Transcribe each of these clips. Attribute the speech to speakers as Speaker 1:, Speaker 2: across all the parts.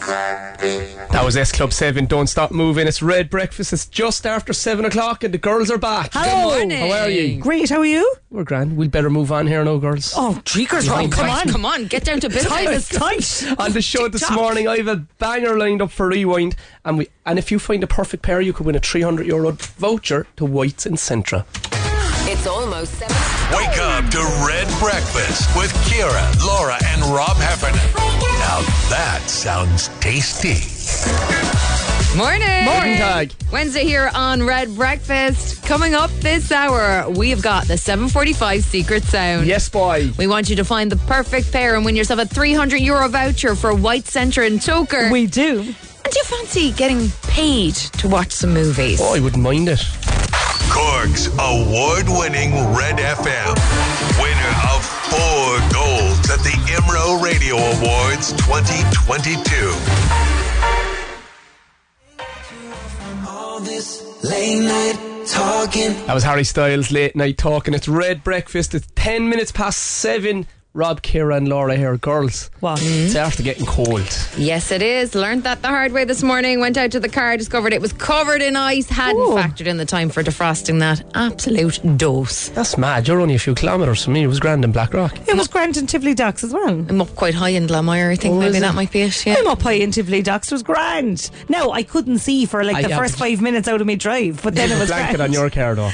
Speaker 1: That was S Club 7, Don't Stop Moving. It's Red Breakfast. It's just after 7 o'clock and the girls are back.
Speaker 2: Hello. Good morning.
Speaker 1: How are you?
Speaker 2: Great, how are you?
Speaker 1: We're grand. We'd better move on here now, girls.
Speaker 2: Oh, Jeekers, Ron, come on.
Speaker 3: Come on, get down to
Speaker 2: Time is
Speaker 3: business.
Speaker 2: tight.
Speaker 1: On the show this
Speaker 2: TikTok.
Speaker 1: morning, I have a banger lined up for Rewind. And we, and if you find a perfect pair, you could win a 300 euro voucher to Whites and Centra.
Speaker 4: It's almost 7.
Speaker 5: Wake up to Red Breakfast with Kira, Laura, and Rob Heffernan. Now that sounds tasty.
Speaker 3: Morning.
Speaker 1: Morning, Tag.
Speaker 3: Wednesday here on Red Breakfast. Coming up this hour, we have got the 745 Secret Sound.
Speaker 1: Yes, boy.
Speaker 3: We want you to find the perfect pair and win yourself a 300 euro voucher for White Centre and Toker.
Speaker 2: We do.
Speaker 3: And do you fancy getting paid to watch some movies?
Speaker 1: Oh, I wouldn't mind it.
Speaker 5: Cork's award winning Red FM. Winner of four golds at the Imro Radio Awards 2022.
Speaker 6: All this late night talking.
Speaker 1: That was Harry Styles, Late Night Talking. It's Red Breakfast. It's 10 minutes past 7. Rob, Kira, and Laura here. Girls,
Speaker 2: What?
Speaker 1: it's after getting cold.
Speaker 3: Yes, it is. Learned that the hard way this morning. Went out to the car, discovered it was covered in ice. Hadn't
Speaker 2: Ooh.
Speaker 3: factored in the time for defrosting that. Absolute dose.
Speaker 1: That's mad. You're only a few kilometres from me. It was grand in Blackrock.
Speaker 2: It was grand in Tivoli Docks as well.
Speaker 3: I'm up quite high in Glamire. I think
Speaker 1: Oh,
Speaker 3: maybe
Speaker 1: is
Speaker 3: that
Speaker 1: it?
Speaker 3: might be it. Yeah.
Speaker 2: I'm up high in Tivoli Docks. It was grand. No, I couldn't see for like
Speaker 1: I-
Speaker 2: the
Speaker 1: I-
Speaker 2: first five minutes out of me drive, but then it was
Speaker 1: Blanket
Speaker 2: grand.
Speaker 1: on your car, though.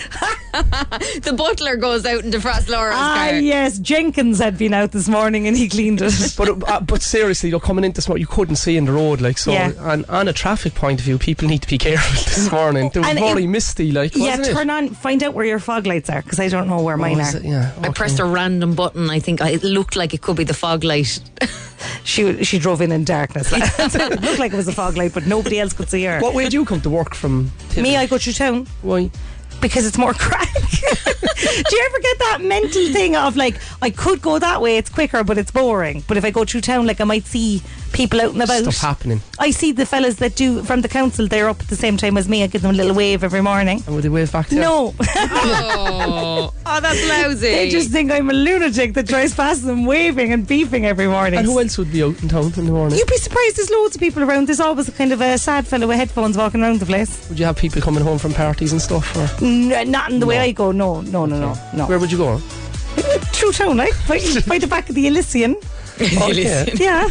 Speaker 3: The butler goes out and defrosts Laura's
Speaker 2: Ah,
Speaker 3: car.
Speaker 2: yes. Jenkins had been out this morning and he cleaned it.
Speaker 1: But uh, but seriously, though, coming into smoke, you couldn't see in the road, like so.
Speaker 2: Yeah.
Speaker 1: And on a traffic point of view, people need to be careful this morning. It was
Speaker 2: And
Speaker 1: very
Speaker 2: it-
Speaker 1: misty, like
Speaker 2: yeah,
Speaker 1: wasn't
Speaker 2: turn on. Find out where your fog lights are because I don't know where
Speaker 1: it?
Speaker 2: mine
Speaker 1: Was
Speaker 2: are.
Speaker 1: it? Yeah.
Speaker 3: I pressed a random button. I think I, it looked like it could be the fog light.
Speaker 2: She she drove in in darkness. it looked like it was a fog light, but nobody else could see her.
Speaker 1: What way do you come to work from? Tivoli?
Speaker 2: Me, I go through town.
Speaker 1: Why?
Speaker 2: because it's more crack. Do you ever get that mental thing of like, I could go that way, it's quicker, but it's boring. But if I go through town, like I might see people out and about.
Speaker 1: Stuff happening.
Speaker 2: I see the fellas that do from the council, they're up at the same time as me. I give them a little wave every morning.
Speaker 1: And would they wave back to you?
Speaker 2: No,
Speaker 3: oh, oh, that's lousy.
Speaker 2: they just think I'm a lunatic that drives past them waving and beeping every morning.
Speaker 1: And who else would be out in town in the morning?
Speaker 2: You'd be surprised, there's loads of people around. There's always a kind of a sad fellow with headphones walking around the place.
Speaker 1: Would you have people coming home from parties and stuff? Or
Speaker 2: N- uh, not in the way I go, no, no, no, no, no.
Speaker 1: where would you go?
Speaker 2: Through town, like, by, by the back of the Elysian.
Speaker 1: Oh, yeah.
Speaker 2: Yeah.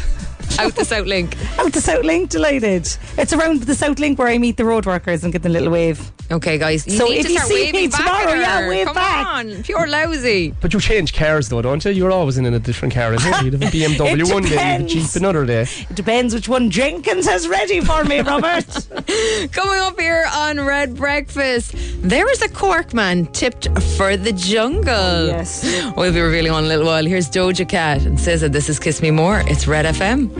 Speaker 3: out the South Link.
Speaker 2: Out the South Link, delighted. It's around the South Link where I meet the road workers and give them a little wave.
Speaker 3: Okay, guys. You
Speaker 2: So
Speaker 3: need
Speaker 2: if
Speaker 3: to
Speaker 2: you
Speaker 3: start
Speaker 2: see
Speaker 3: waving
Speaker 2: me
Speaker 3: back
Speaker 2: tomorrow,
Speaker 3: at
Speaker 2: yeah,
Speaker 3: her.
Speaker 2: wave
Speaker 3: Come
Speaker 2: back.
Speaker 3: on, pure lousy.
Speaker 1: But you change cars though, don't you? You're always in a different car, isn't you? You'd have a BMW one day, you'd have a
Speaker 2: depends.
Speaker 1: Jeep another day.
Speaker 2: It depends which one Jenkins has ready for me, Robert.
Speaker 3: Coming up here on Red Breakfast, there is a Cork man tipped for the jungle.
Speaker 2: yes.
Speaker 3: We'll be revealing on a little while. Here's Doja Cat and says that this is Kiss Me More. It's Red FM.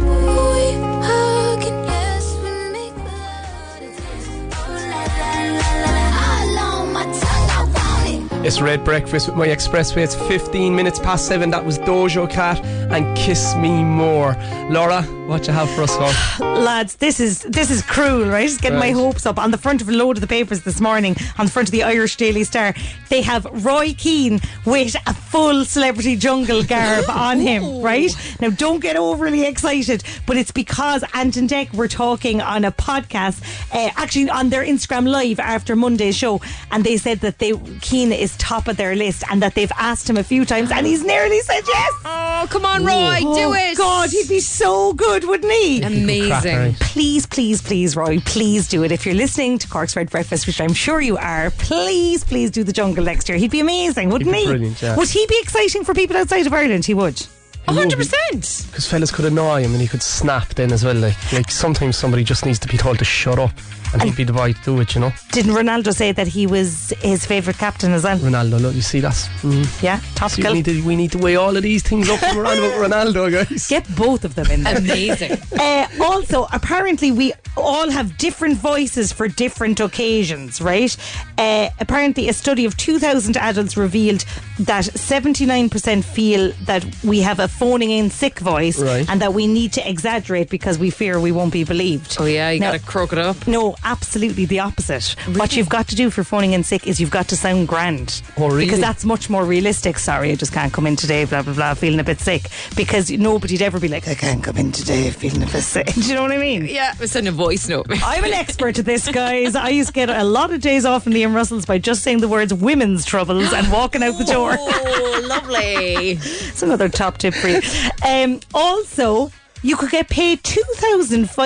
Speaker 1: It's Red Breakfast with my expressway. It's 15 minutes past seven. That was Dojo Cat and Kiss Me More. Laura, what you have for us on?
Speaker 2: Lads, this is this is cruel, right? Just getting
Speaker 1: Right.
Speaker 2: my hopes up. On the front of a load of the papers this morning, on the front of the Irish Daily Star, they have Roy Keane with a full celebrity jungle garb on him, right? Now don't get overly excited, but it's because Ant and Deck were talking on a podcast, uh, actually on their Instagram live after Monday's show, and they said that they Keane is top of their list and that they've asked him a few times and he's nearly said yes.
Speaker 3: Oh, come on, Roy, do
Speaker 2: Oh,
Speaker 3: it.
Speaker 2: God, he'd be so good, wouldn't he?
Speaker 3: Amazing.
Speaker 2: please, please, please, Roy, please do it. If you're listening to Cork's Red Breakfast, which I'm sure you are, please, please do the jungle next year. He'd be amazing, wouldn't
Speaker 1: be
Speaker 2: he?
Speaker 1: brilliant, yeah.
Speaker 2: Would he be exciting for people outside of Ireland? He would.
Speaker 3: 100%.
Speaker 1: Because fellas could annoy him and he could snap then as well. Like, like sometimes somebody just needs to be told to shut up and he'd be the boy to do it, you know?
Speaker 2: Didn't Ronaldo say that he was his favourite captain as well?
Speaker 1: Ronaldo, look, you see, that's. Mm,
Speaker 2: Yeah,
Speaker 1: see, we,
Speaker 2: topical.
Speaker 1: need to, we need to weigh all of these things up when we're on about Ronaldo, guys.
Speaker 2: Get both of them in there.
Speaker 3: Amazing.
Speaker 2: uh, also, apparently, we all have different voices for different occasions, right? Uh, apparently, a study of 2,000 adults revealed that 79% feel that we have a phoning in sick voice
Speaker 1: Right.
Speaker 2: and that we need to exaggerate because we fear we won't be believed.
Speaker 3: Oh, yeah, you
Speaker 2: Now-
Speaker 3: got to croak it up.
Speaker 2: no, absolutely the opposite. What you've got to do for phoning in sick is you've got to sound grand.
Speaker 1: Oh, really?
Speaker 2: Because that's much more realistic. Sorry, I just can't come in today, blah, blah, blah, feeling a bit sick. Because nobody'd ever be like, I can't come in today, feeling a bit sick. Do you know what I mean?
Speaker 3: Yeah, send a voice note.
Speaker 2: I'm an expert at this, guys. I used to get a lot of days off in Liam Russell's by just saying the words women's troubles and walking out the door.
Speaker 3: oh, lovely.
Speaker 2: It's another top tip for you. Um, also, you could get paid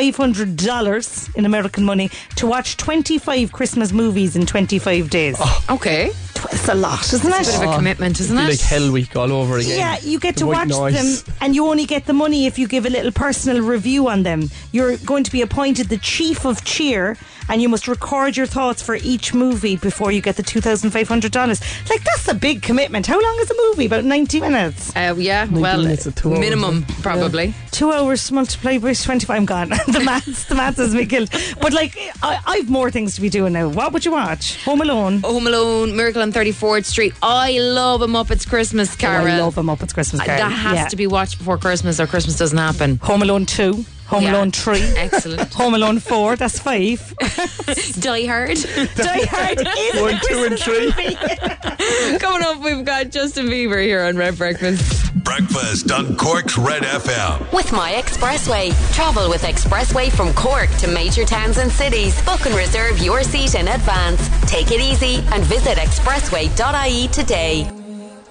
Speaker 2: $2,500 in American money to watch 25 Christmas movies in 25 days.
Speaker 3: Okay.
Speaker 2: It's a lot, isn't
Speaker 3: It's Oh. a
Speaker 2: it?
Speaker 3: bit of a commitment, isn't
Speaker 1: It'd be
Speaker 3: it?
Speaker 1: like Hell Week all over again.
Speaker 2: Yeah, you get
Speaker 1: The
Speaker 2: to
Speaker 1: white
Speaker 2: watch
Speaker 1: noise.
Speaker 2: them, and you only get the money if you give a little personal review on them. You're going to be appointed the chief of cheer, and you must record your thoughts for each movie before you get the two thousand five hundred dollars. Like that's a big commitment. How long is a movie? About ninety minutes.
Speaker 3: Uh, yeah, well,
Speaker 1: minutes or two hours,
Speaker 3: minimum probably.
Speaker 2: Two hours multiplied by twenty-five. I'm gone. the maths, the maths has me killed. But like, I, I've more things to be doing now. What would you watch? Home Alone.
Speaker 3: Home Alone, Miracle on 34th Street. I love a Muppets Christmas Carol.
Speaker 2: I love them up. It's Christmas. Carol.
Speaker 3: that has
Speaker 2: Yeah.
Speaker 3: to be watched before Christmas or Christmas doesn't happen.
Speaker 2: Home Alone Two. Home
Speaker 3: Yeah.
Speaker 2: Alone Three.
Speaker 3: Excellent.
Speaker 2: Home Alone Four. That's five.
Speaker 3: Die Hard.
Speaker 2: Die Hard is a
Speaker 1: One, two, and three.
Speaker 3: Coming up, we've got Justin Bieber here on Red Breakfast.
Speaker 5: Breakfast on Cork's Red FM.
Speaker 4: With My Expressway. Travel with Expressway from Cork to major towns and cities. Book and reserve your seat in advance. Take it easy and visit expressway.ie today.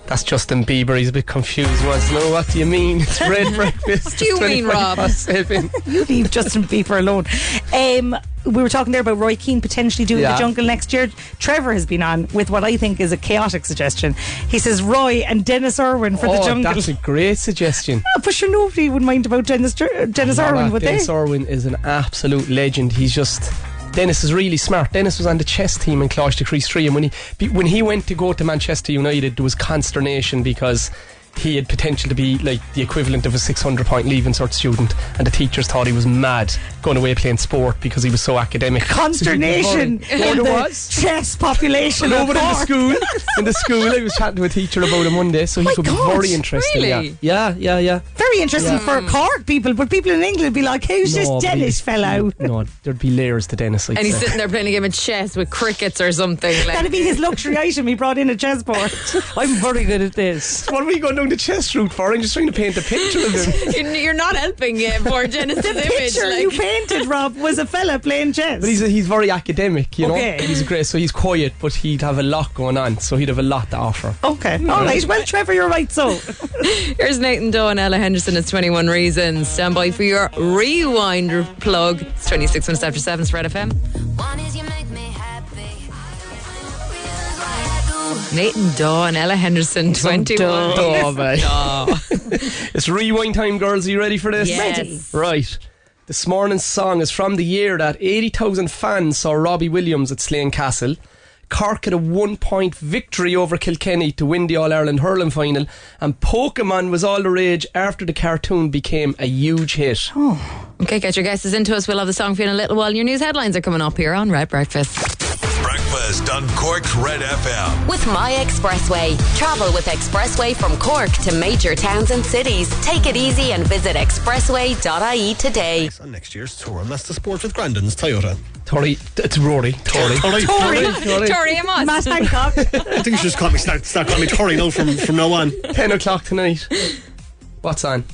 Speaker 1: That's Justin Bieber. He's a bit confused. He wants to know what do you mean? It's red breakfast. What
Speaker 3: do you mean, Rob?
Speaker 1: Seven.
Speaker 2: leave Justin Bieber alone. Um, we were talking there about Roy Keane potentially doing
Speaker 1: Yeah.
Speaker 2: the jungle next year. Trevor has been on with what I think is a chaotic suggestion. He says Roy and Dennis Irwin for the
Speaker 1: oh,
Speaker 2: jungle.
Speaker 1: that's a great suggestion.
Speaker 2: but Ah, sure, nobody would mind about Dennis, uh, Dennis
Speaker 1: Love
Speaker 2: Irwin,
Speaker 1: that.
Speaker 2: would
Speaker 1: Ah, Dennis
Speaker 2: they?
Speaker 1: Irwin is an absolute legend. He's just. Dennis is really smart. Dennis was on the chess team in Clash to Crease 3, and when he be- when he went to go to Manchester United, there was consternation because he had potential to be like the equivalent of a 600 point leaving sort student, and the teachers thought he was mad going away playing sport because he was so academic.
Speaker 2: Consternation
Speaker 1: So he was worried.
Speaker 2: in
Speaker 1: Oh, there
Speaker 2: the
Speaker 1: was.
Speaker 2: chess population.
Speaker 1: No,
Speaker 2: of
Speaker 1: but in the
Speaker 2: Cork.
Speaker 1: school, in the school, I was chatting to a teacher about him one day, so he
Speaker 2: My
Speaker 1: could
Speaker 2: God,
Speaker 1: be very interesting.
Speaker 3: really?
Speaker 1: Yeah, yeah, yeah, yeah.
Speaker 2: Very interesting for Cork people, but people in England be like, "Who's
Speaker 1: No,
Speaker 2: this
Speaker 1: but he'd-
Speaker 2: Dennis fellow?"
Speaker 1: No, there'd be layers to Dennis. I'd
Speaker 3: And he's
Speaker 1: say.
Speaker 3: sitting there playing a game of chess with crickets or something.
Speaker 2: That'd
Speaker 3: Like,
Speaker 2: be his luxury item. He brought in a chessboard. I'm very good at this.
Speaker 1: What are we going down the chest route for? I'm just trying to paint a picture of him.
Speaker 3: you're, you're not helping uh, poor Dennis's image.
Speaker 2: picture you
Speaker 3: Like,
Speaker 2: painted, Rob, was a fella playing chess.
Speaker 1: But he's, he's very academic, you know?
Speaker 2: Okay.
Speaker 1: He's great, so he's quiet, but he'd have a lot going on, so he'd have a lot to offer.
Speaker 2: okay, all right. Well, Trevor, you're right. So,
Speaker 3: here's Nathan Doe and Ella Henderson. It's 21 Reasons. Stand by for your rewind plug. It's 26 minutes after 7. It's Red FM.
Speaker 7: One is you make me happy. Realize what I do.
Speaker 3: Nathan Daw and Ella Henderson, 21.
Speaker 1: Oh, man. it's rewind time, girls. Are you ready for this?
Speaker 3: Yes. Ready.
Speaker 1: Right. This morning's song is from the year that 80,000 fans saw Robbie Williams at Slane Castle. Cork had a one point victory over Kilkenny to win the All Ireland hurling final, and Pokemon was all the rage after the cartoon became a huge hit.
Speaker 3: Okay, get your guesses into us. We'll have the song for you in a little while. Your news headlines are coming up here on Red Breakfast.
Speaker 5: Breakfast on Cork's Red FM.
Speaker 4: With My Expressway. Travel with Expressway from Cork to major towns and cities. Take it easy and visit expressway.ie today.
Speaker 8: on next year's tour, and that's the sport with Grandin's Toyota.
Speaker 1: Tori, it's Rory. Tori.
Speaker 8: Tory.
Speaker 3: Tori Amos.
Speaker 2: Matt Hancock,
Speaker 8: I think you should just call me start, start calling me Tory now from, from now on.
Speaker 1: 10 o'clock tonight. What's on?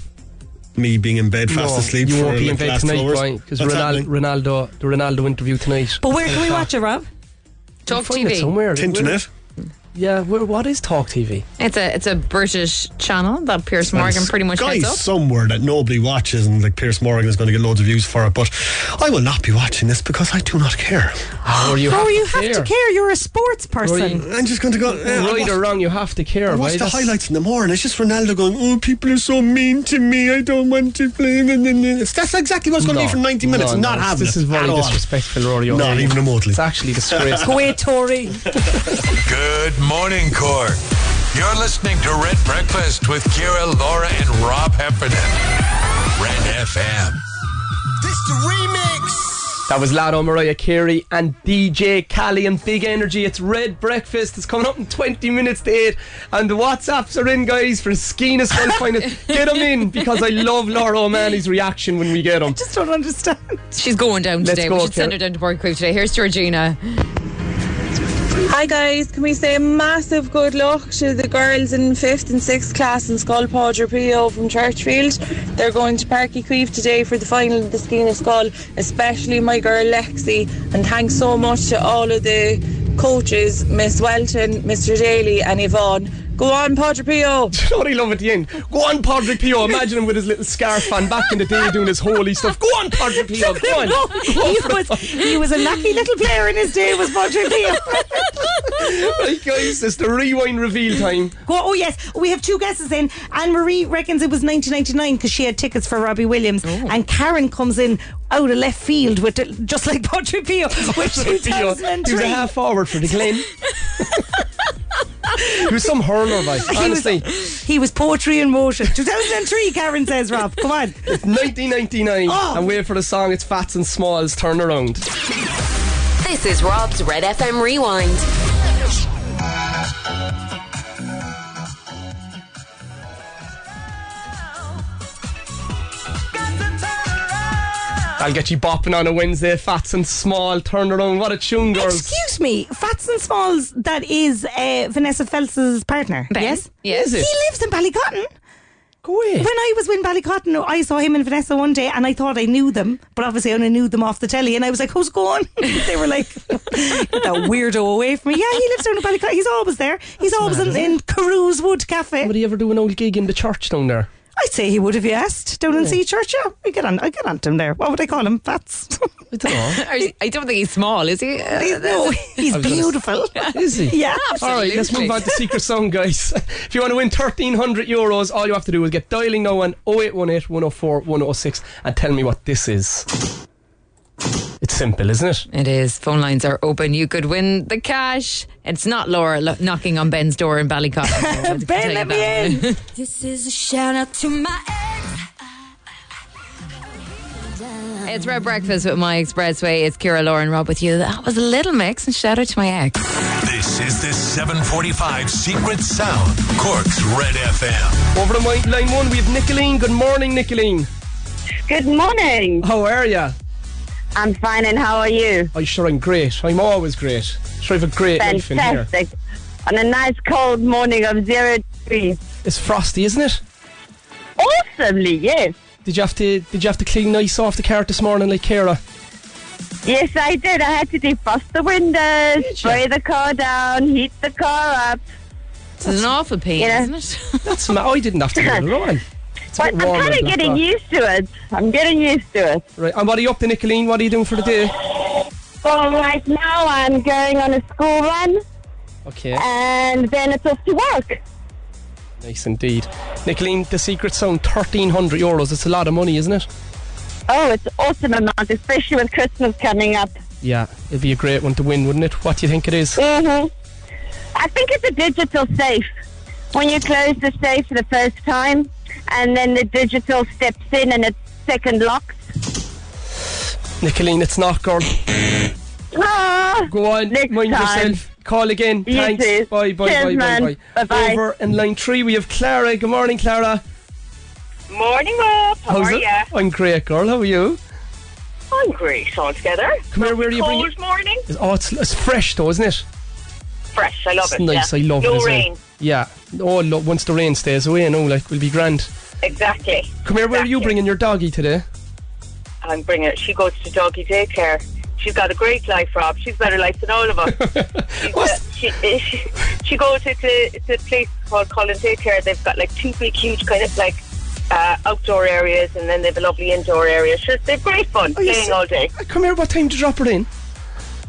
Speaker 8: Me being in bed fast
Speaker 1: No,
Speaker 8: asleep
Speaker 1: You
Speaker 8: for
Speaker 1: won't be
Speaker 8: like,
Speaker 1: in bed
Speaker 8: last
Speaker 1: tonight,
Speaker 8: two hours.
Speaker 1: Brian, because
Speaker 8: What's
Speaker 1: Ronaldo,
Speaker 8: happening?
Speaker 1: Ronaldo, the Ronaldo interview tonight.
Speaker 2: but where can we watch it, Rob?
Speaker 3: Talk
Speaker 1: Find it
Speaker 3: TV.
Speaker 1: somewhere. Where-
Speaker 8: Internet.
Speaker 1: yeah, where, what is Talk TV?
Speaker 3: It's a it's a British channel that Pierce Morgan pretty much
Speaker 8: Guy
Speaker 3: heads up.
Speaker 8: somewhere that nobody watches, and like Pierce Morgan is going to get loads of views for it. But I will not be watching this because I do not care.
Speaker 1: Oh, you
Speaker 2: Oh, you have to care. You're a sports person.
Speaker 8: I'm just going to go. eh, I'll
Speaker 1: Right
Speaker 8: watch-
Speaker 1: or wrong, you have to care.
Speaker 8: I
Speaker 1: right?
Speaker 8: watched the
Speaker 1: That's-
Speaker 8: highlights in the morning. It's just Ronaldo going, "Oh, people are so mean to me. I don't want to play." It's that's exactly what's going to
Speaker 1: No,
Speaker 8: be for ninety minutes.
Speaker 1: no,
Speaker 8: not
Speaker 1: no,
Speaker 8: having
Speaker 1: This
Speaker 8: it
Speaker 1: is very
Speaker 8: at all.
Speaker 1: disrespectful, Rory.
Speaker 8: Not
Speaker 1: O'Reilly.
Speaker 8: even remotely.
Speaker 1: It's actually disgraceful.
Speaker 2: Go away, Tory.
Speaker 5: Good morning, Cork. You're listening to Red Breakfast with Kira, Laura, and Rob Heffernan. Red FM.
Speaker 9: This the remix.
Speaker 1: That was Lado, Mariah Carey, and DJ Cali and Big Energy. It's Red Breakfast. It's coming up in 20 minutes to 8. And the WhatsApps are in, guys, for skiing as well. Find it. Get them in because I love Laura O'Malley's reaction when we get them.
Speaker 2: Just don't understand.
Speaker 3: She's going down
Speaker 1: Let's
Speaker 3: today.
Speaker 1: go,
Speaker 3: we should send her
Speaker 1: Ciara.
Speaker 3: down to Borg Creek today. Here's Georgina.
Speaker 9: Hi guys, can we say a massive good luck to the girls in fifth and sixth class in Skullpodger PO from Churchfield? They're going to Parky Creeve today for the final of the skiing of Skull, especially my girl Lexi. And thanks so much to all of the coaches, Miss Welton, Mr. Daly, and Yvonne. Go on, Podger PO.
Speaker 1: Bloody love at the end. Go on, Padraig Pio. Imagine him with his little scarf on back in the day doing his holy stuff. Go on, Padraig Pio. Go on.
Speaker 2: he was he was a lucky little player in his day. Was Patrick Pio?
Speaker 1: Right, guys, it's the rewind reveal time.
Speaker 2: Go- oh yes, we have two guesses in. Anne Marie reckons it was 1999 because she had tickets for Robbie Williams,
Speaker 1: Oh.
Speaker 2: and Karen comes in out of left field with the- just like Patrick Pio with
Speaker 1: Pio. He was
Speaker 2: 2003.
Speaker 1: a half forward for the Glen. he was some hurler, like, honestly.
Speaker 2: He was poetry in motion. 2003, Karen says. Rob, come on.
Speaker 1: 1999.
Speaker 2: Oh.
Speaker 1: And wait for the song, it's Fats and Smalls Turnaround.
Speaker 4: This is Rob's Red FM Rewind.
Speaker 1: I'll get you bopping on a Wednesday, Fats and Small Turnaround. What a tune, girls.
Speaker 2: Excuse me, Fats and Smalls. That is uh, Vanessa Fels's partner.
Speaker 3: Ben?
Speaker 2: Yes.
Speaker 3: Yes.
Speaker 1: Is
Speaker 2: He
Speaker 1: it?
Speaker 2: lives in Ballycotton.
Speaker 1: Go away.
Speaker 2: When I was in Ballycotton, I saw him and Vanessa one day and I thought I knew them, but obviously I only knew them off the telly. And I was like, who's going? they were like, that weirdo away from me. Yeah, he lives down in Ballycotton. He's always there. He's always in, in Carew's Wood Cafe.
Speaker 1: Would he ever do an old gig in the church down there?
Speaker 2: I'd say he would have asked down in Sea Church. Yeah, I get on, I get on to him there. What would I call him? Fats.
Speaker 1: I don't know.
Speaker 3: Or is- I don't think he's small, is he? Uh,
Speaker 2: no, he's
Speaker 1: gonna-
Speaker 2: beautiful.
Speaker 1: Is he?
Speaker 2: Yeah.
Speaker 1: All right, let's move on to Secret Song, guys. If you want to win 1,300 euros, all you have to do is get dialing oh now on 0818 104 106 and tell me what this is. It's simple, isn't it?
Speaker 3: It is. Phone lines are open. You could win the cash. It's not Laura lo- knocking on Ben's door in Ballycotton.
Speaker 2: Ben, let me in.
Speaker 7: This is a shout out to my ex.
Speaker 3: It's Red Breakfast with My Expressway. It's Kira, Laura, and Rob with you. That was a little mix, and shout out to my ex.
Speaker 5: This is the 745 Secret Sound, Cork's Red FM.
Speaker 1: Over to my line one, we have Nicoline. Good morning, Nicoline.
Speaker 10: Good morning.
Speaker 1: How are you?
Speaker 10: I'm fine, and how are you?
Speaker 1: I sure I'm great. I'm always great. Sure, I have a great life in here.
Speaker 10: Fantastic. On a nice cold morning of zero degrees.
Speaker 1: It's frosty, isn't it?
Speaker 10: Awesomely, yes.
Speaker 1: Did you have to Did you have to clean nice off the cart this morning, like Kara?
Speaker 10: Yes, I did. I had to defrost the windows,
Speaker 1: Did ya?
Speaker 10: spray the car down, heat the car up.
Speaker 3: It's an awful pain,
Speaker 10: Yeah.
Speaker 3: isn't it?
Speaker 1: That's ma- I didn't have to do it at all. It's a
Speaker 10: But
Speaker 1: bit
Speaker 10: I'm
Speaker 1: warmer
Speaker 10: kind
Speaker 1: than
Speaker 10: of
Speaker 1: I
Speaker 10: getting
Speaker 1: thought.
Speaker 10: used to it. I'm getting used to it.
Speaker 1: Right, and what are you up to, Nicoline? What are you doing for the day?
Speaker 10: Well, right now I'm going on a school run,
Speaker 1: Okay.
Speaker 10: and then it's off to work.
Speaker 1: Nice indeed. Nicoline, the secret sound, 1300 euros. It's a lot of money, isn't it?
Speaker 10: Oh, it's an awesome amount, especially with Christmas coming up.
Speaker 1: Yeah, it'd be a great one to win, wouldn't it? What do you think it is?
Speaker 10: Mm-hmm. I think it's a digital safe. When you close the safe for the first time, and then the digital steps in and it second locks.
Speaker 1: Nicoline, it's not, girl.
Speaker 10: Ah,
Speaker 1: Go on,
Speaker 10: Next
Speaker 1: mind
Speaker 10: time.
Speaker 1: yourself. Call again.
Speaker 10: You
Speaker 1: Thanks.
Speaker 10: too.
Speaker 1: Bye, bye,
Speaker 10: Cheers,
Speaker 1: bye,
Speaker 10: man.
Speaker 1: bye, bye.
Speaker 10: Bye-bye.
Speaker 1: Over in line three, we have Clara. Good morning, Clara.
Speaker 10: morning, Rob. How
Speaker 1: How's
Speaker 10: are
Speaker 1: it?
Speaker 10: ya?
Speaker 1: I'm great, girl. How are you?
Speaker 10: I'm great altogether.
Speaker 1: Come here, where are you bringing-
Speaker 10: Cold morning,
Speaker 1: Oh, it's, it's fresh though, isn't it?
Speaker 10: fresh. I love
Speaker 1: It's
Speaker 10: it.
Speaker 1: nice.
Speaker 10: yeah.
Speaker 1: I love
Speaker 10: no
Speaker 1: it as
Speaker 10: rain.
Speaker 1: well. Yeah. Oh, look, once the rain stays away, I know, like, we'll be grand.
Speaker 10: Exactly.
Speaker 1: Come here, where are you
Speaker 10: Exactly.
Speaker 1: bringing your doggy today?
Speaker 10: I'm bringing it. She goes to doggy daycare. She's got a great life, Rob. She's better life than all of us. She's
Speaker 1: What?
Speaker 10: got- she, she, she goes to it's a, it's a place called Collin Daycare. They've got like two big, huge kind of like uh, outdoor areas, and then they've a lovely indoor area. She's, they've great fun
Speaker 1: you
Speaker 10: playing
Speaker 1: se-
Speaker 10: all day.
Speaker 1: Come here, what time to drop her in?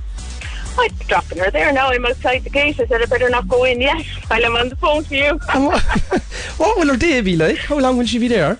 Speaker 10: I'm dropping her there now. I'm outside the gate. I said I better not go in yet while I'm on the phone to you.
Speaker 1: And what, what will her day be like? How long will she be there?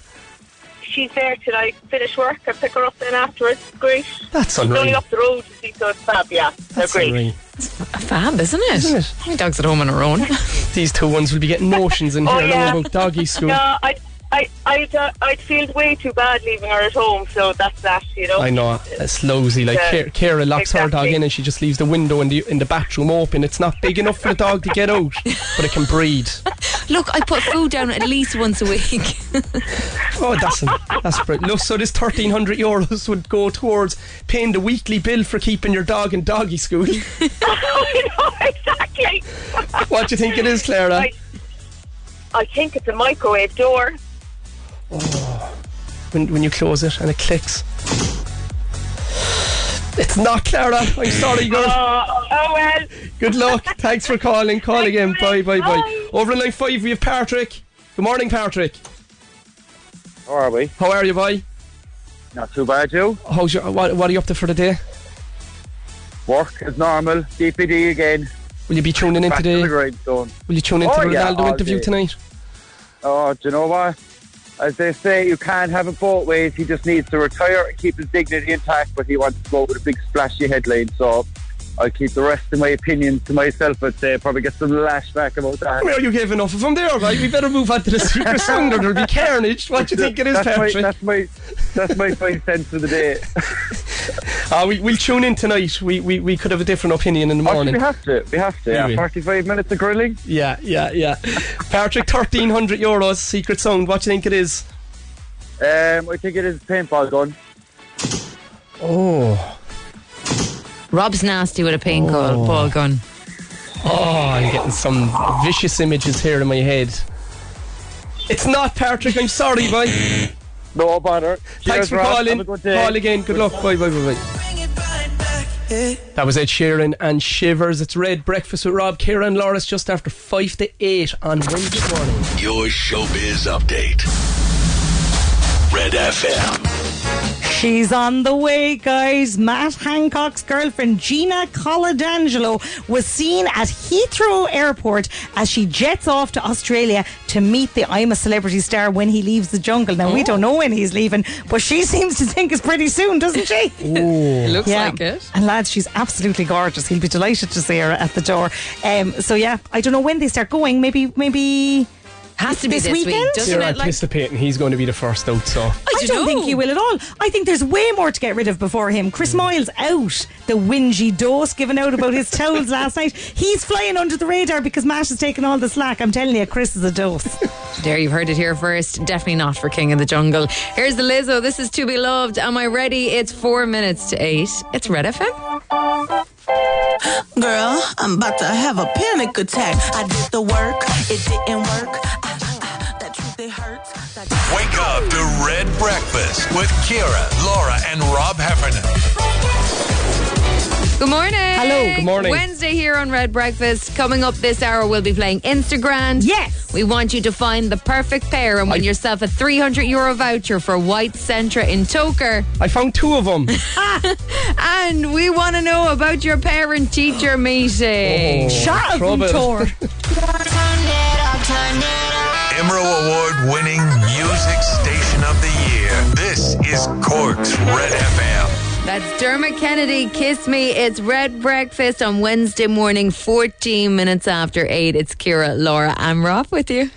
Speaker 10: She's there till I finish work. I pick her up then afterwards. Great.
Speaker 1: That's
Speaker 10: She's only
Speaker 1: unreal.
Speaker 10: up the road. you see, So it's fab. Yeah,
Speaker 1: That's
Speaker 10: they're great.
Speaker 1: unreal.
Speaker 3: Fab, isn't it?
Speaker 1: Isn't it?
Speaker 3: My dog's at home on her own.
Speaker 1: These two ones will be getting notions in here
Speaker 10: Oh,
Speaker 1: along
Speaker 10: yeah.
Speaker 1: about doggy school.
Speaker 10: No, Uh, I, I, I'd, uh, I'd feel way too bad leaving her at home, so that's that, you know.
Speaker 1: I know it's lousy. Like
Speaker 10: Yeah.
Speaker 1: Kira, Kira locks her dog in, and she just leaves the window in the in the bathroom open. It's not big enough for the dog to get out, but it can breed.
Speaker 3: Look, I put food down at least once a week.
Speaker 1: Oh, that's that's brilliant. Look, so this thirteen hundred euros would go towards paying the weekly bill for keeping your dog in doggy school.
Speaker 10: exactly.
Speaker 1: what do you think it is, Clara?
Speaker 10: I, I think it's a microwave door.
Speaker 1: Oh, when, when you close it and it clicks. It's not Clara. I'm sorry, girl.
Speaker 10: Oh, well.
Speaker 1: Good luck. Thanks for calling. Call again. Bye, bye, bye, Over in line five, we have Patrick. Good morning, Patrick.
Speaker 11: How are we?
Speaker 1: How are you, boy?
Speaker 11: Not too bad, you.
Speaker 1: How's your? What, what are you up to for the day?
Speaker 11: Work as normal. DPD again.
Speaker 1: Will you be tuning in
Speaker 11: Back
Speaker 1: today?
Speaker 11: To the grindstone.
Speaker 1: Will you tune into
Speaker 11: Oh,
Speaker 1: the
Speaker 11: yeah,
Speaker 1: Ronaldo
Speaker 11: all
Speaker 1: interview
Speaker 11: day.
Speaker 1: tonight?
Speaker 11: Oh, do you know what? As they say, you can't have it both ways. He just needs to retire and keep his dignity intact, but he wants to go with a big splashy headline. So I'll keep the rest of my opinions to myself. I'd say probably get some lash back about that.
Speaker 1: Where you gave enough of him there, right? We better move on to the secret song, or there'll be carnage. What do you think it is,
Speaker 11: That's my-
Speaker 1: Patrick?
Speaker 11: that's my that's my five cents of the day.
Speaker 1: Ah, we, we'll tune in tonight. We, we we could have a different opinion in the morning.
Speaker 11: we have to. We have to. Yeah,
Speaker 1: Anyway.
Speaker 11: 45 minutes of grilling.
Speaker 1: Yeah, yeah, yeah. Patrick, thirteen hundred euros. Secret sound. What do you think it is?
Speaker 11: Um, I think it is paintball gun.
Speaker 1: Oh.
Speaker 3: Rob's nasty with a paintball
Speaker 1: Oh.
Speaker 3: ball gun.
Speaker 1: Oh, I'm getting some vicious images here in my head. It's not Patrick. I'm sorry, boy.
Speaker 11: No bother.
Speaker 1: Thanks
Speaker 11: Cheers,
Speaker 1: for
Speaker 11: Rob.
Speaker 1: calling.
Speaker 11: Have a good day.
Speaker 1: Call again. Good luck. Bye, bye, bye, bye. That was Ed Sheeran and Shivers. It's Red Breakfast with Rob, Kira, and Loris just after five to eight on Wednesday morning.
Speaker 5: Your showbiz update. Red FM.
Speaker 2: She's on the way, guys. Matt Hancock's girlfriend, Gina Colodangelo, was seen at Heathrow Airport as she jets off to Australia to meet the I'm a Celebrity star when he leaves the jungle. Now, we
Speaker 3: Oh.
Speaker 2: don't know when he's leaving, but she seems to think it's pretty soon, doesn't she?
Speaker 3: Looks
Speaker 2: Yeah.
Speaker 3: like it.
Speaker 2: And lads, she's absolutely gorgeous. He'll be delighted to see her at the door. Um, so, yeah, I don't know when they start going. Maybe, maybe.
Speaker 3: Has to be this week,
Speaker 2: weekend?
Speaker 3: doesn't
Speaker 1: You're anticipating he's going to be the first out, so.
Speaker 2: I don't, think he will at all. I think there's way more to get rid of before him. Chris Miles out. The whingy dose given out about his towels last night. He's flying under the radar because Matt has taken all the slack. I'm telling you, Chris is a dose.
Speaker 3: There, you've heard it here first. Definitely not for King of the Jungle. Here's the Lizzo. This is To Be Loved. Am I ready? It's four minutes to eight. It's Red FM.
Speaker 12: Girl, I'm about to have a panic attack. I did the work, it didn't work.
Speaker 5: Wake up to Red Breakfast with Kira, Laura, and Rob Heffernan.
Speaker 3: Good morning.
Speaker 5: Hello, good morning.
Speaker 3: Wednesday here on Red Breakfast. Coming up this hour, we'll be playing Instagram. Yes. We want you to find the perfect pair and win yourself a 300 euro voucher for White Centra in Toker.
Speaker 1: I found two of them.
Speaker 3: and we want to know about your parent teacher meeting.
Speaker 5: Oh, Shut up, you trouble. tour. Emerald Award winning Music Station of the Year. This is Cork's Red FM.
Speaker 3: That's Dermot Kennedy. Kiss me. It's Red Breakfast on Wednesday morning, 14 minutes after 8. It's Kira, Laura, and Rob with you.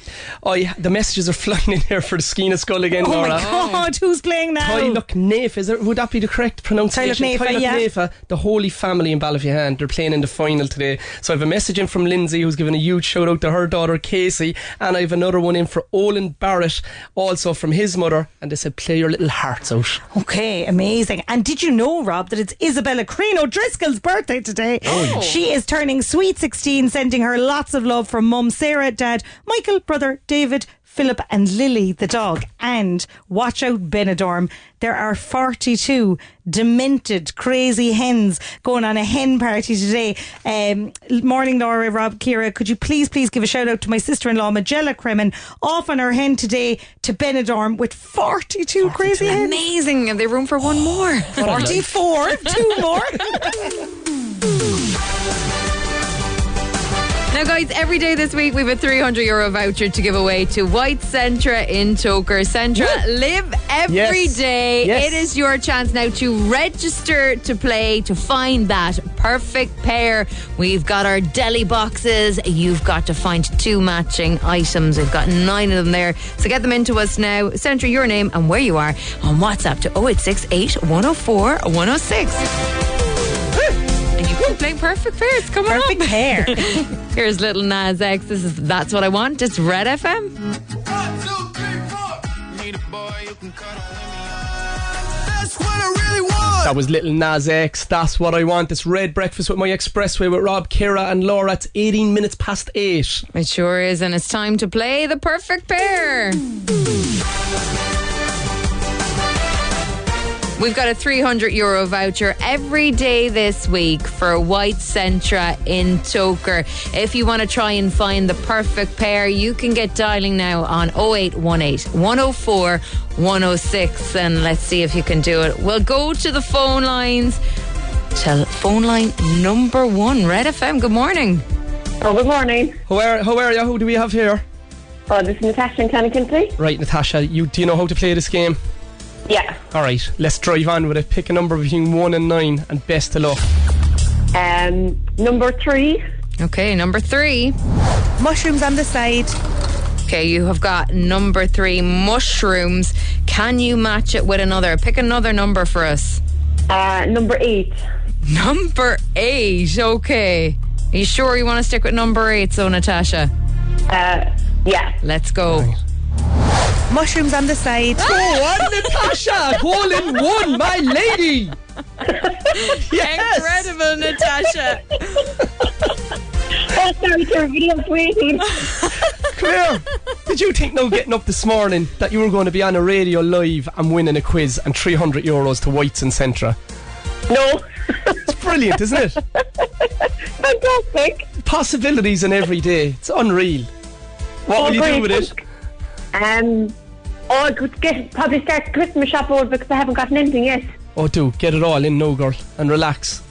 Speaker 1: Oh, yeah, the messages are flying in here for the Skeena Skull again,
Speaker 2: oh
Speaker 1: Laura.
Speaker 2: my God, who's playing now?
Speaker 1: Tylock Naif, is it? Would that be the correct pronunciation?
Speaker 2: Tyloch Naif, Oh. yeah.
Speaker 1: Naif, the Holy Family in Ballyfihan. They're playing in the final today. So I have a message in from Lindsay, who's given a huge shout out to her daughter Casey, and I have another one in for Olin Barrett, also from his mother, and they said, "Play your little hearts out."
Speaker 2: Okay, amazing. And did you know, Rob, that it's Isabella Crino Driscoll's birthday today?
Speaker 1: Oh.
Speaker 2: She is turning sweet 16, sending her lots of love from mum, Sarah, dad, Michael, brother, David, Philip, and Lily, the dog. And watch out, Benidorm. There are 42 demented, crazy hens going on a hen party today. Um, morning, Laura, Rob, Kira. Could you please, please give a shout out to my sister in law, Magella Cremin, off on her hen today to Benidorm with 42 crazy hens.
Speaker 3: Amazing. Have they room for one more?
Speaker 2: 44, two more.
Speaker 3: Now, guys, every day this week we have a 300 euro voucher to give away to White Centra in Toker. Centra, live every day.
Speaker 1: Yes. Yes.
Speaker 3: It is your chance now to register to play to find that perfect pair. We've got our deli boxes. You've got to find two matching items. We've got nine of them there. So get them into us now. Send through your name and where you are on WhatsApp to 0868 104 106. And you can play perfect pair. It's coming
Speaker 2: Perfect
Speaker 3: up.
Speaker 2: pair.
Speaker 3: Here's little Nas X. This is that's what I want. It's Red FM.
Speaker 6: That's what I really want.
Speaker 1: That was Little Nas X. That's what I want. This red breakfast with my expressway with Rob, Kira, and Laura. It's 18 minutes past eight.
Speaker 3: It sure is, and it's time to play the perfect pair. We've got a 300 euro voucher every day this week for White Centra in Toker. If you want to try and find the perfect pair, you can get dialing now on 0818 104 106 and let's see if you can do it. We'll go to the phone lines. Tell phone line number one, Red FM. Good morning.
Speaker 13: Oh, good morning.
Speaker 1: How are, how are you? Who do we have here?
Speaker 13: Oh, this is Natasha in Clonakilty.
Speaker 1: Right, Natasha, you do you know how to play this game?
Speaker 13: Yeah.
Speaker 1: All right, let's drive on with it. Pick a number between one and nine, and best of luck.
Speaker 13: Um, number three.
Speaker 3: Okay, number three.
Speaker 2: Mushrooms on the side.
Speaker 3: Okay, you have got number three, mushrooms. Can you match it with another? Pick another number for us.
Speaker 13: Uh, number eight.
Speaker 3: Number eight, okay. Are you sure you want to stick with number eight, so Natasha?
Speaker 13: Uh, yeah.
Speaker 3: Let's go.
Speaker 2: Mushrooms on the side.
Speaker 1: Go on, Natasha! Hole in one, my lady! Yes!
Speaker 3: Incredible, Natasha.
Speaker 13: Oh, sorry, your video's waiting.
Speaker 1: Come here! Did you think, no, getting up this morning, that you were going to be on a radio live and winning a quiz and 300 euros to Whites and Centra?
Speaker 13: No.
Speaker 1: It's brilliant, isn't it?
Speaker 13: Fantastic.
Speaker 1: Possibilities in every day. It's unreal. What
Speaker 13: Oh,
Speaker 1: will you do
Speaker 13: great.
Speaker 1: with it?
Speaker 13: Um, oh, I could get probably start Christmas shop over because I haven't gotten anything yet.
Speaker 1: Oh, do get it all in, no girl, and relax.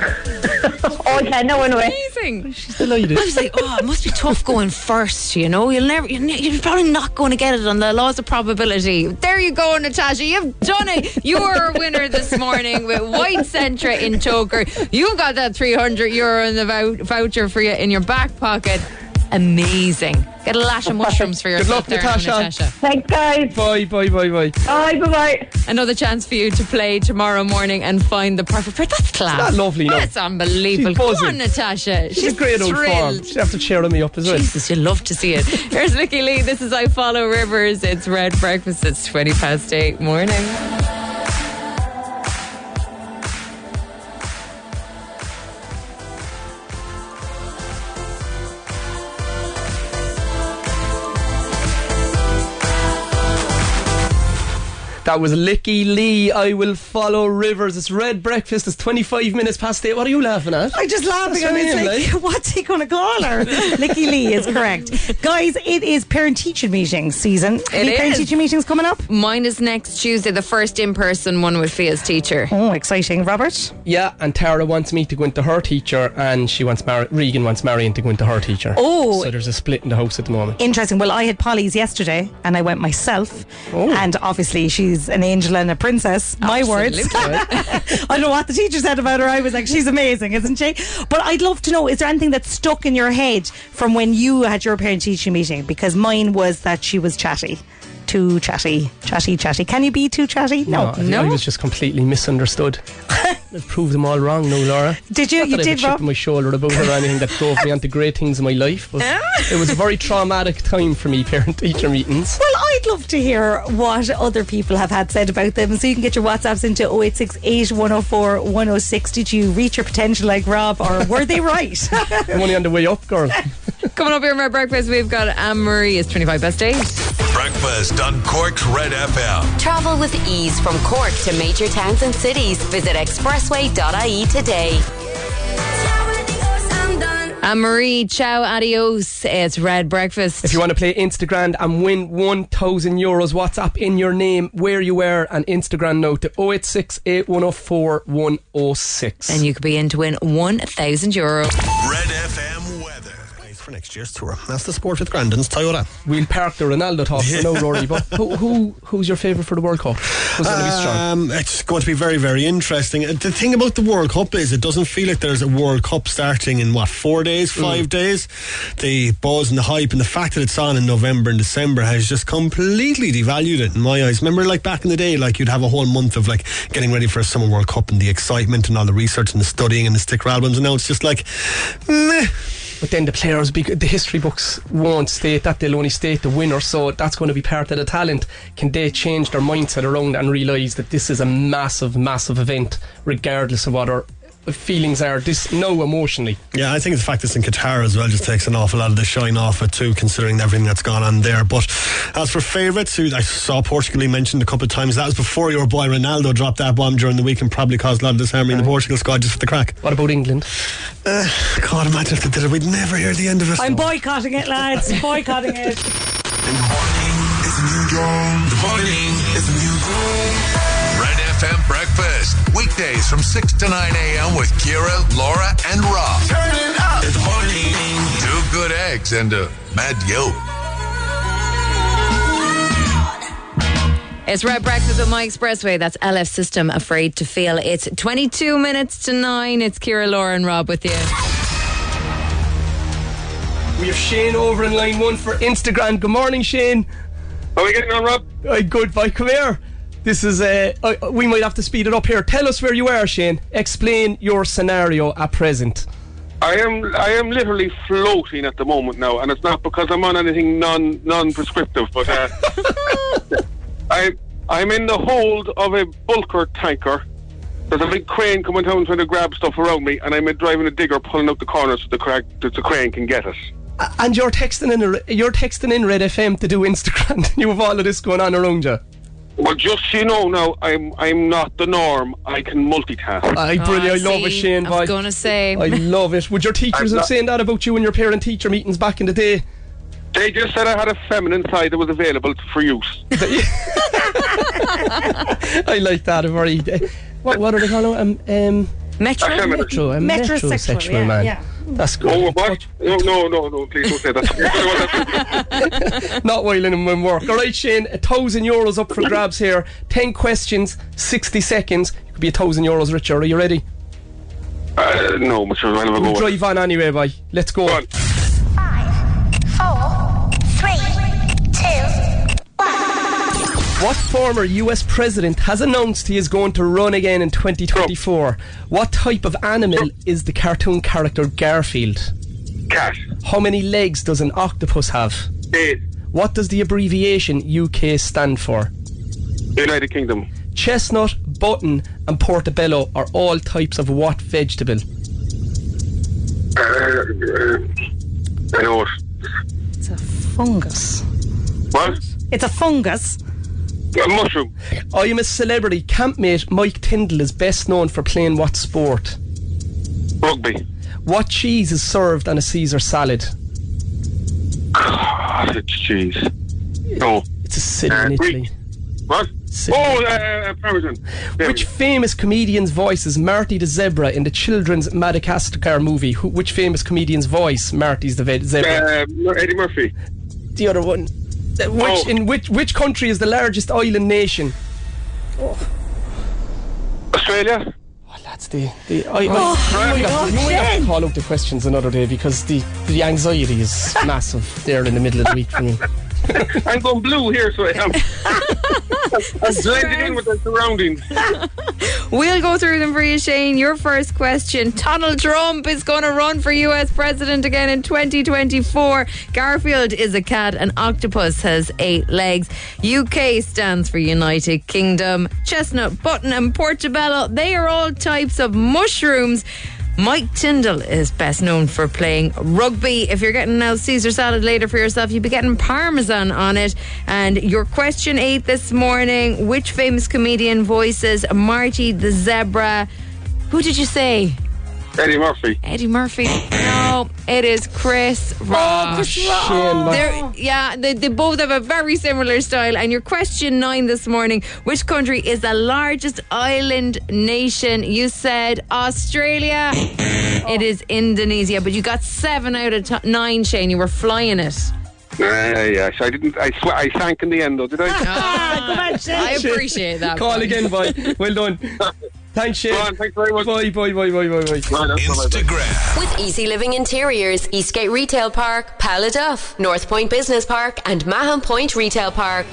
Speaker 13: Oh, yeah, no, anyway.
Speaker 3: Amazing.
Speaker 1: Delighted.
Speaker 3: I was like, oh, it must be tough going first, you know? You'll never, you're, ne- you're probably not going to get it on the laws of probability. There you go, Natasha. You've done it. You are a winner this morning with White Centra in Toker. You've got that 300 euro in the vou- voucher for you in your back pocket. Amazing. Get a lash of mushrooms for
Speaker 1: Good
Speaker 3: yourself
Speaker 1: luck,
Speaker 3: there,
Speaker 1: Natasha.
Speaker 3: Natasha.
Speaker 13: Thanks, guys.
Speaker 1: Bye, bye, bye, bye.
Speaker 13: Bye, bye, bye.
Speaker 3: Another chance for you to play tomorrow morning and find the perfect pair. That's class.
Speaker 1: Isn't that lovely, no?
Speaker 3: That's unbelievable.
Speaker 1: She's
Speaker 3: Come
Speaker 1: buzzing.
Speaker 3: on, Natasha.
Speaker 1: She's, a great old
Speaker 3: thrilled.
Speaker 1: farm. She'd have to cheer me up as well.
Speaker 3: Jesus, you love to see it. Here's Nicky Lee. This is I Follow Rivers. It's Red Breakfast. It's 20 past 8 morning.
Speaker 1: That was Licky Lee. I will follow rivers. It's red breakfast. It's 25 minutes past eight. What are you laughing at?
Speaker 2: I'm just
Speaker 1: That's
Speaker 2: laughing.
Speaker 1: her
Speaker 2: I was
Speaker 1: name,
Speaker 2: like,
Speaker 1: like.
Speaker 2: what's he going to call her? Licky Lee is correct. Guys, it is parent teacher meeting season. Any parent
Speaker 3: is.
Speaker 2: teacher meetings coming up?
Speaker 3: Mine is next Tuesday, the first in person one with Fia's teacher.
Speaker 2: Oh, exciting. Robert?
Speaker 1: Yeah, and Tara wants me to go into her teacher, and she wants Mar- Regan wants Marion to go into her teacher.
Speaker 2: Oh.
Speaker 1: so there's a split in the house at the moment.
Speaker 2: Interesting. Well, I had Polly's yesterday and I went myself. And obviously, she's an angel and a princess. My words. I don't know what the teacher said about her. I was like, she's amazing, isn't she? But I'd love to know is there anything that's stuck in your head from when you had your parent teacher meeting? Because mine was that she was chatty. Too chatty, chatty, chatty. Can you be too chatty? No.
Speaker 1: Uh, I, think I was just completely misunderstood. I've proved them all wrong, no, Laura.
Speaker 2: Did you?
Speaker 1: Not
Speaker 2: You
Speaker 1: that I have
Speaker 2: did,
Speaker 1: a chip
Speaker 2: Rob?
Speaker 1: on my shoulder about her or anything that drove me onto great things in my life, but it was a very traumatic time for me, parent-teacher meetings.
Speaker 2: Well, I'd love to hear what other people have had said about them. So you can get your WhatsApps into 0868 104 106. Did you reach your potential like Rob, or were they right?
Speaker 1: I'm only on the way up, girl.
Speaker 3: Coming up here in Red Breakfast, we've got Anne Marie. It's 25 past 8.
Speaker 5: Breakfast on Cork's Red FM.
Speaker 4: Travel with ease from Cork to major towns and cities. Visit expressway.ie today.
Speaker 3: Anne Marie, ciao, adios. It's Red Breakfast.
Speaker 1: If you want to play Instagram and win 1,000 euros, WhatsApp in your name, where you were, and Instagram now to 086 8104 106.
Speaker 3: and you could be in to win 1,000 euro.
Speaker 5: Red FM weather.
Speaker 8: for next year's tour. That's the sport with Grandin's Toyota.
Speaker 1: We'll park the Ronaldo talk for now, Rory. But who, who who's your favourite for the World Cup? Who's going to be strong?
Speaker 8: Um, it's going to be very, very interesting. Uh, The thing about the World Cup is it doesn't feel like there's a World Cup starting in what four days,
Speaker 1: Mm.
Speaker 8: five days. The buzz and the hype and the fact that it's on in November and December has just completely devalued it in my eyes. Remember, like back in the day, like you'd have a whole month of like getting ready for a summer World Cup and the excitement and all the research and the studying and the sticker albums, and now it's just like, meh.
Speaker 1: But then the players, bec- the history books won't state that; they'll only state the winner. So that's going to be part of the talent. Can they change their mindset around and realise that this is a massive, massive event, regardless of what our feelings are? This no emotionally.
Speaker 8: Yeah, I think the fact it's in Qatar as well just takes an awful lot of the shine off it too, considering everything that's gone on there. But as for favourites, who I saw Portugal you mentioned a couple of times, that was before your boy Ronaldo dropped that bomb during the week and probably caused a lot of disharmony in the Portugal squad just for the crack.
Speaker 1: What about England?
Speaker 8: Uh, God, imagine if they did it, we'd never hear the end of it.
Speaker 2: I'm boycotting it, lads. Boycotting it.
Speaker 5: It's a new dawn. The morning is a new dawn. Red FM Breakfast. Weekdays from 6 to 9 a.m. with Kira, Laura, and Rob. Turn it up. It's morning. Two good eggs and a mad yolk.
Speaker 3: It's Red Breakfast with My Expressway. That's LF System Afraid to Feel. It's 22 minutes to 9. It's Kira, Laura, and Rob with you.
Speaker 1: We have Shane over in line one for Instagram. Good morning, Shane.
Speaker 14: How are we getting on, Rob?
Speaker 1: good, bye. Come here. This is uh, uh, we might have to speed it up here. Tell us where you are, Shane. Explain your scenario at present.
Speaker 14: I am I am literally floating at the moment now, and it's not because I'm on anything non non prescriptive, but uh, I I'm in the hold of a bulker tanker. There's a big crane coming down trying to grab stuff around me, and I'm driving a digger pulling up the corner so the, cra- that the crane can get it.
Speaker 1: A- And you're texting in you're texting in Red FM to do Instagram. you have all of this going on around you.
Speaker 14: Well, just so you know, now I'm I'm not the norm. I can multitask.
Speaker 3: Oh,
Speaker 1: I brilliant. I love it, Shane. I was going to
Speaker 3: say.
Speaker 1: I love it. Would your teachers
Speaker 14: I'm
Speaker 1: have
Speaker 14: not-
Speaker 1: saying that about you in your parent teacher meetings back in the day?
Speaker 14: They just said I had a feminine side that was available for use.
Speaker 1: I like that. A very what what are they calling it? Um, um,
Speaker 3: metro,
Speaker 1: metro, a
Speaker 14: Metrosexual,
Speaker 1: metrosexual
Speaker 14: yeah,
Speaker 1: man.
Speaker 14: yeah.
Speaker 1: That's good.
Speaker 14: Oh, what? No, no, no, no! Please don't say that.
Speaker 1: Not while in my work. All right, Shane, a thousand euros up for grabs here. Ten questions, sixty seconds. You could be a thousand euros richer. Are you ready?
Speaker 14: uh, no, much I'll have a
Speaker 1: We'll
Speaker 14: go.
Speaker 1: drive on anyway, boy. Let's go.
Speaker 7: Four, three, two.
Speaker 1: What former US president has announced he is going to run again in 2024? What type of animal is the cartoon character Garfield?
Speaker 14: Cat.
Speaker 1: How many legs does an octopus have?
Speaker 14: Eight.
Speaker 1: What does the abbreviation UK stand for?
Speaker 14: United Kingdom.
Speaker 1: Chestnut, button, and portobello are all types of what vegetable?
Speaker 14: Uh, uh, I know it.
Speaker 2: It's a fungus.
Speaker 14: What?
Speaker 2: It's a fungus.
Speaker 14: A mushroom.
Speaker 1: I am a celebrity. Campmate Mike Tyndall is best known for playing what sport?
Speaker 14: Rugby.
Speaker 1: What cheese is served on a Caesar salad?
Speaker 14: Cottage cheese. No. Uh,
Speaker 1: It's a city in Italy.
Speaker 14: What? Oh, uh, uh, Parmesan. There
Speaker 1: Which famous comedian's voice is Marty the Zebra in the children's Madagascar movie? Who, which famous comedian's voice Marty's the ve-
Speaker 14: we go.
Speaker 1: Zebra?
Speaker 14: Uh, Mur- Eddie Murphy.
Speaker 1: The other one. Uh, Which, In which, which country is the largest island nation?
Speaker 14: Australia.
Speaker 1: That's Oh, the. the I, I-
Speaker 14: Oh,
Speaker 1: you might
Speaker 14: my
Speaker 1: have-
Speaker 14: God,
Speaker 1: you might have
Speaker 14: Shane.
Speaker 1: to call up the questions another day because the, the anxiety is massive there in the middle of the week for me.
Speaker 14: I'm going blue here, so I am. I'm blending in with the surroundings.
Speaker 3: We'll go through them for you, Shane. Your first question Donald Trump is going to run for US president again in 2024. Garfield is a cat, and octopus has eight legs. UK stands for United Kingdom. Chestnut, button, and portobello, they are all types of mushrooms. Mike Tyndall is best known for playing rugby. If you're getting now Caesar salad later for yourself, you'll be getting parmesan on it. And your question eight this morning: Which famous comedian voices Marty the Zebra? Who did you say?
Speaker 14: Eddie Murphy.
Speaker 3: Eddie Murphy. No, it is Chris
Speaker 1: Ah,
Speaker 3: Rock.
Speaker 14: Chris Rock. Shane Rock.
Speaker 3: They're- yeah, they, they both have a very similar style. And your question nine this morning which country is the largest island nation? You said Australia. It is Indonesia. But you got seven out of t- nine, Shane. You were flying it.
Speaker 14: Yeah, yeah. So I didn't. I swear, I sank in the end, though, did I?
Speaker 3: I appreciate that.
Speaker 1: Call
Speaker 3: Brian.
Speaker 1: again, boy. Well done. Thanks, Shane. thanks very much. Bye, bye, bye, bye, bye, bye.
Speaker 5: Instagram.
Speaker 4: With Easy Living Interiors, Eastgate Retail Park, Paladuff, North Point Business Park, and Mahon Point Retail Park.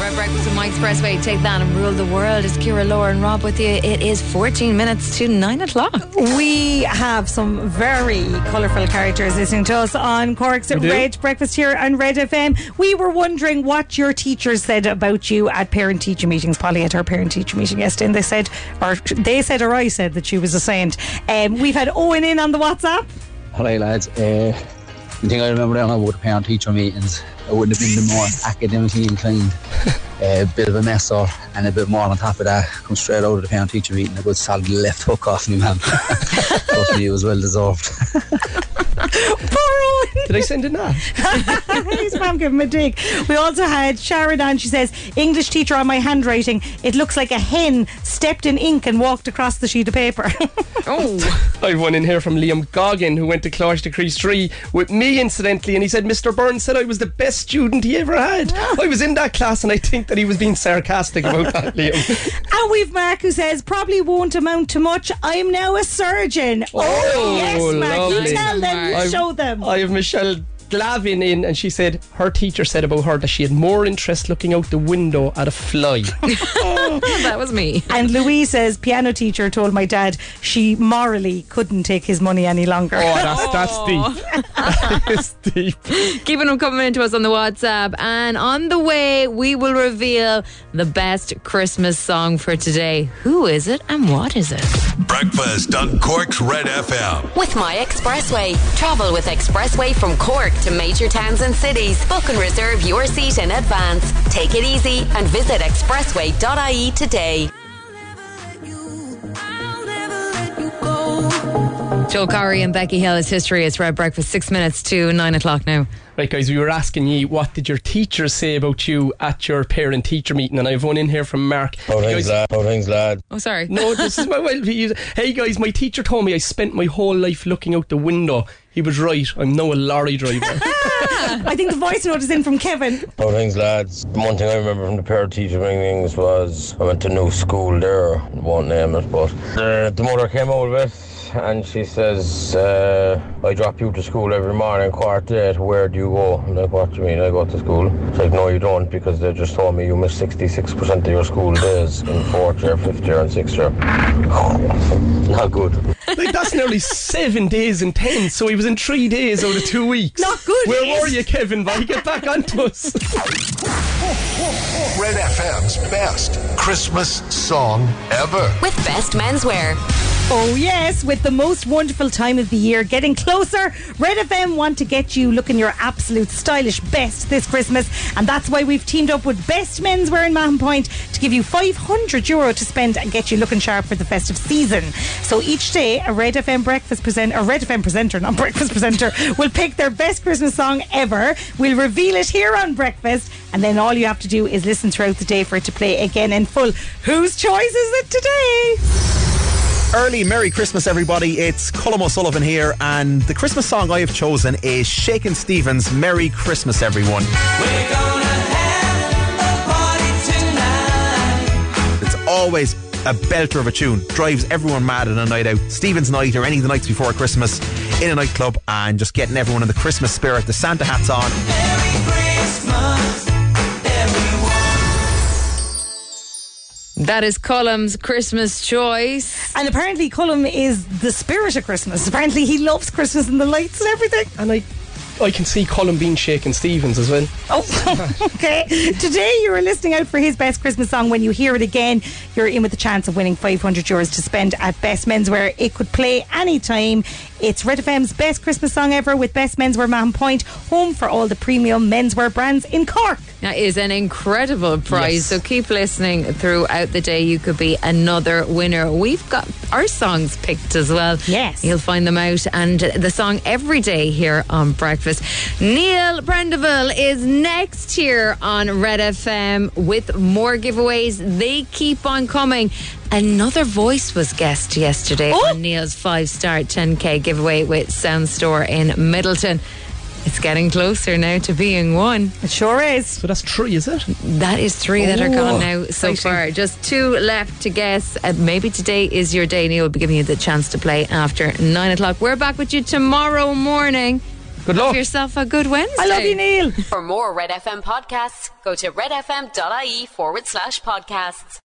Speaker 3: Red Breakfast with Mike's Expressway. Take that and rule the world. It's Kira, Laura, and Rob with you. It is 14 minutes to 9 o'clock.
Speaker 2: We have some very colourful characters listening to us on Cork's
Speaker 3: We do.
Speaker 2: Red Breakfast here on Red FM. We were wondering what your teachers said about you at parent teacher meetings. Polly at her parent teacher meeting yesterday, and they said, or they said, or I said that she was a saint. Um, we've had Owen in on the WhatsApp.
Speaker 15: Hello, lads. Uh, the thing I remember now about parent teacher meetings, I wouldn't have been the more academically inclined. A bit of a mess or and a bit more on top of that. Come straight out of the parent teacher meeting, a good solid left hook off me, man. Trust me, it was well deserved.
Speaker 1: Did I send it now?
Speaker 2: His mum gave him a dig. We also had Sharon on. She says, English teacher on my handwriting. It looks like a hen stepped in ink and walked across the sheet of paper.
Speaker 3: oh.
Speaker 1: I've one in here from Liam Goggin, who went to Clash Decrease 3 with me, incidentally, and he said Mr. Burns said I was the best student he ever had. I was in that class, and I think that he was being sarcastic about that, Liam.
Speaker 2: And we've Mark who says, probably won't amount to much. I'm now a surgeon. Oh, yes, Mark. You
Speaker 1: lovely.
Speaker 2: tell them, you
Speaker 1: I've-
Speaker 2: show them.
Speaker 1: I have Michelle Glavin in, and she said her teacher said about her that she had more interest looking out the window at a fly. Oh,
Speaker 3: that was me.
Speaker 2: And Louise says, piano teacher told my dad she morally couldn't take his money any longer.
Speaker 1: Oh, that's that's deep.
Speaker 2: Oh.
Speaker 3: Keeping them coming into us on the WhatsApp. And on the way, we will reveal the best Christmas song for today. Who is it and what is it?
Speaker 5: Breakfast on Cork's Red FM.
Speaker 4: With My Expressway, travel with Expressway from Cork to major towns and cities. Book and reserve your seat in advance. Take it easy and visit expressway.ie today.
Speaker 3: Joel Corey and Becky Hill is history. It's Red Breakfast, six minutes to nine o'clock now.
Speaker 1: Right, guys, we were asking ye what did your teachers say about you at your parent teacher meeting, and I've one in here from Mark.
Speaker 16: Oh, thanks, lad. Oh, thanks, lad.
Speaker 3: Oh, sorry.
Speaker 1: No, this is my well. he- Hey guys, my teacher told me I spent my whole life looking out the window. He was right. I'm now a lorry driver.
Speaker 2: I think the voice note is in from Kevin.
Speaker 16: Oh, thanks, lads. One thing I remember from the parent teacher meetings was I went to new school there, won't name it, but uh, the mother came out with it and she says, uh, I drop you to school every morning, quarter to eight, where do you go? I'm like, what do you mean I go to school? She's like, no, you don't, because they just told me you miss 66% of your school days in fourth year, fifth year, and sixth year. Not good.
Speaker 1: like that's nearly seven days and ten. So he was in three days out of two weeks. Not good. Where were you, Kevin? Why get back onto us?
Speaker 5: Red FM's best Christmas song ever.
Speaker 4: With Best Menswear.
Speaker 2: Oh, yes, with the most wonderful time of the year getting closer, Red FM want to get you looking your absolute stylish best this Christmas. And that's why we've teamed up with Best Menswear in Mahon Point to give you 500 euro to spend and get you looking sharp for the festive season. So each day, a Red FM breakfast presenter, a Red FM presenter, not breakfast presenter, will pick their best Christmas song ever. We'll reveal it here on breakfast. And then all you have to do is listen throughout the day for it to play again in full. Whose choice is it today?
Speaker 17: Early Merry Christmas, everybody. It's Colm O'Sullivan here, and the Christmas song I have chosen is Shakin' Stevens' Merry Christmas, everyone. It's always a belter of a tune, drives everyone mad on a night out. Stevens night or any of the nights before Christmas in a nightclub and just getting everyone in the Christmas spirit, the Santa hats on.
Speaker 3: That is Colum's Christmas choice.
Speaker 2: And apparently, Cullum is the spirit of Christmas. Apparently, he loves Christmas and the lights and everything.
Speaker 1: And I. I can see Colin being shaking Stevens as well.
Speaker 2: Oh, okay. Today, you are listening out for his best Christmas song. When you hear it again, you're in with the chance of winning 500 euros to spend at Best Menswear. It could play anytime It's Red FM's best Christmas song ever with Best Menswear Man Point, home for all the premium menswear brands in Cork.
Speaker 3: That is an incredible prize. So keep listening throughout the day. You could be another winner. We've got our songs picked as well. Yes. You'll find them out and the song every day here on Breakfast. Neil Brendaville is next here on Red FM with more giveaways. They keep on coming. Another voice was guest yesterday on Neil's five star 10K giveaway with Sound Store in Middleton. It's getting closer now to being one.
Speaker 2: It sure is. So
Speaker 1: that's three, is it?
Speaker 3: That is three that are
Speaker 1: Ooh,
Speaker 3: gone now so
Speaker 1: exciting.
Speaker 3: far. Just two left to guess. Uh, maybe today is your day, Neil. We'll be giving you the chance to play after nine o'clock. We're back with you tomorrow morning.
Speaker 1: Good
Speaker 3: luck. Have yourself a good Wednesday.
Speaker 4: For more Red FM podcasts, go to redfm.ie forward slash podcasts.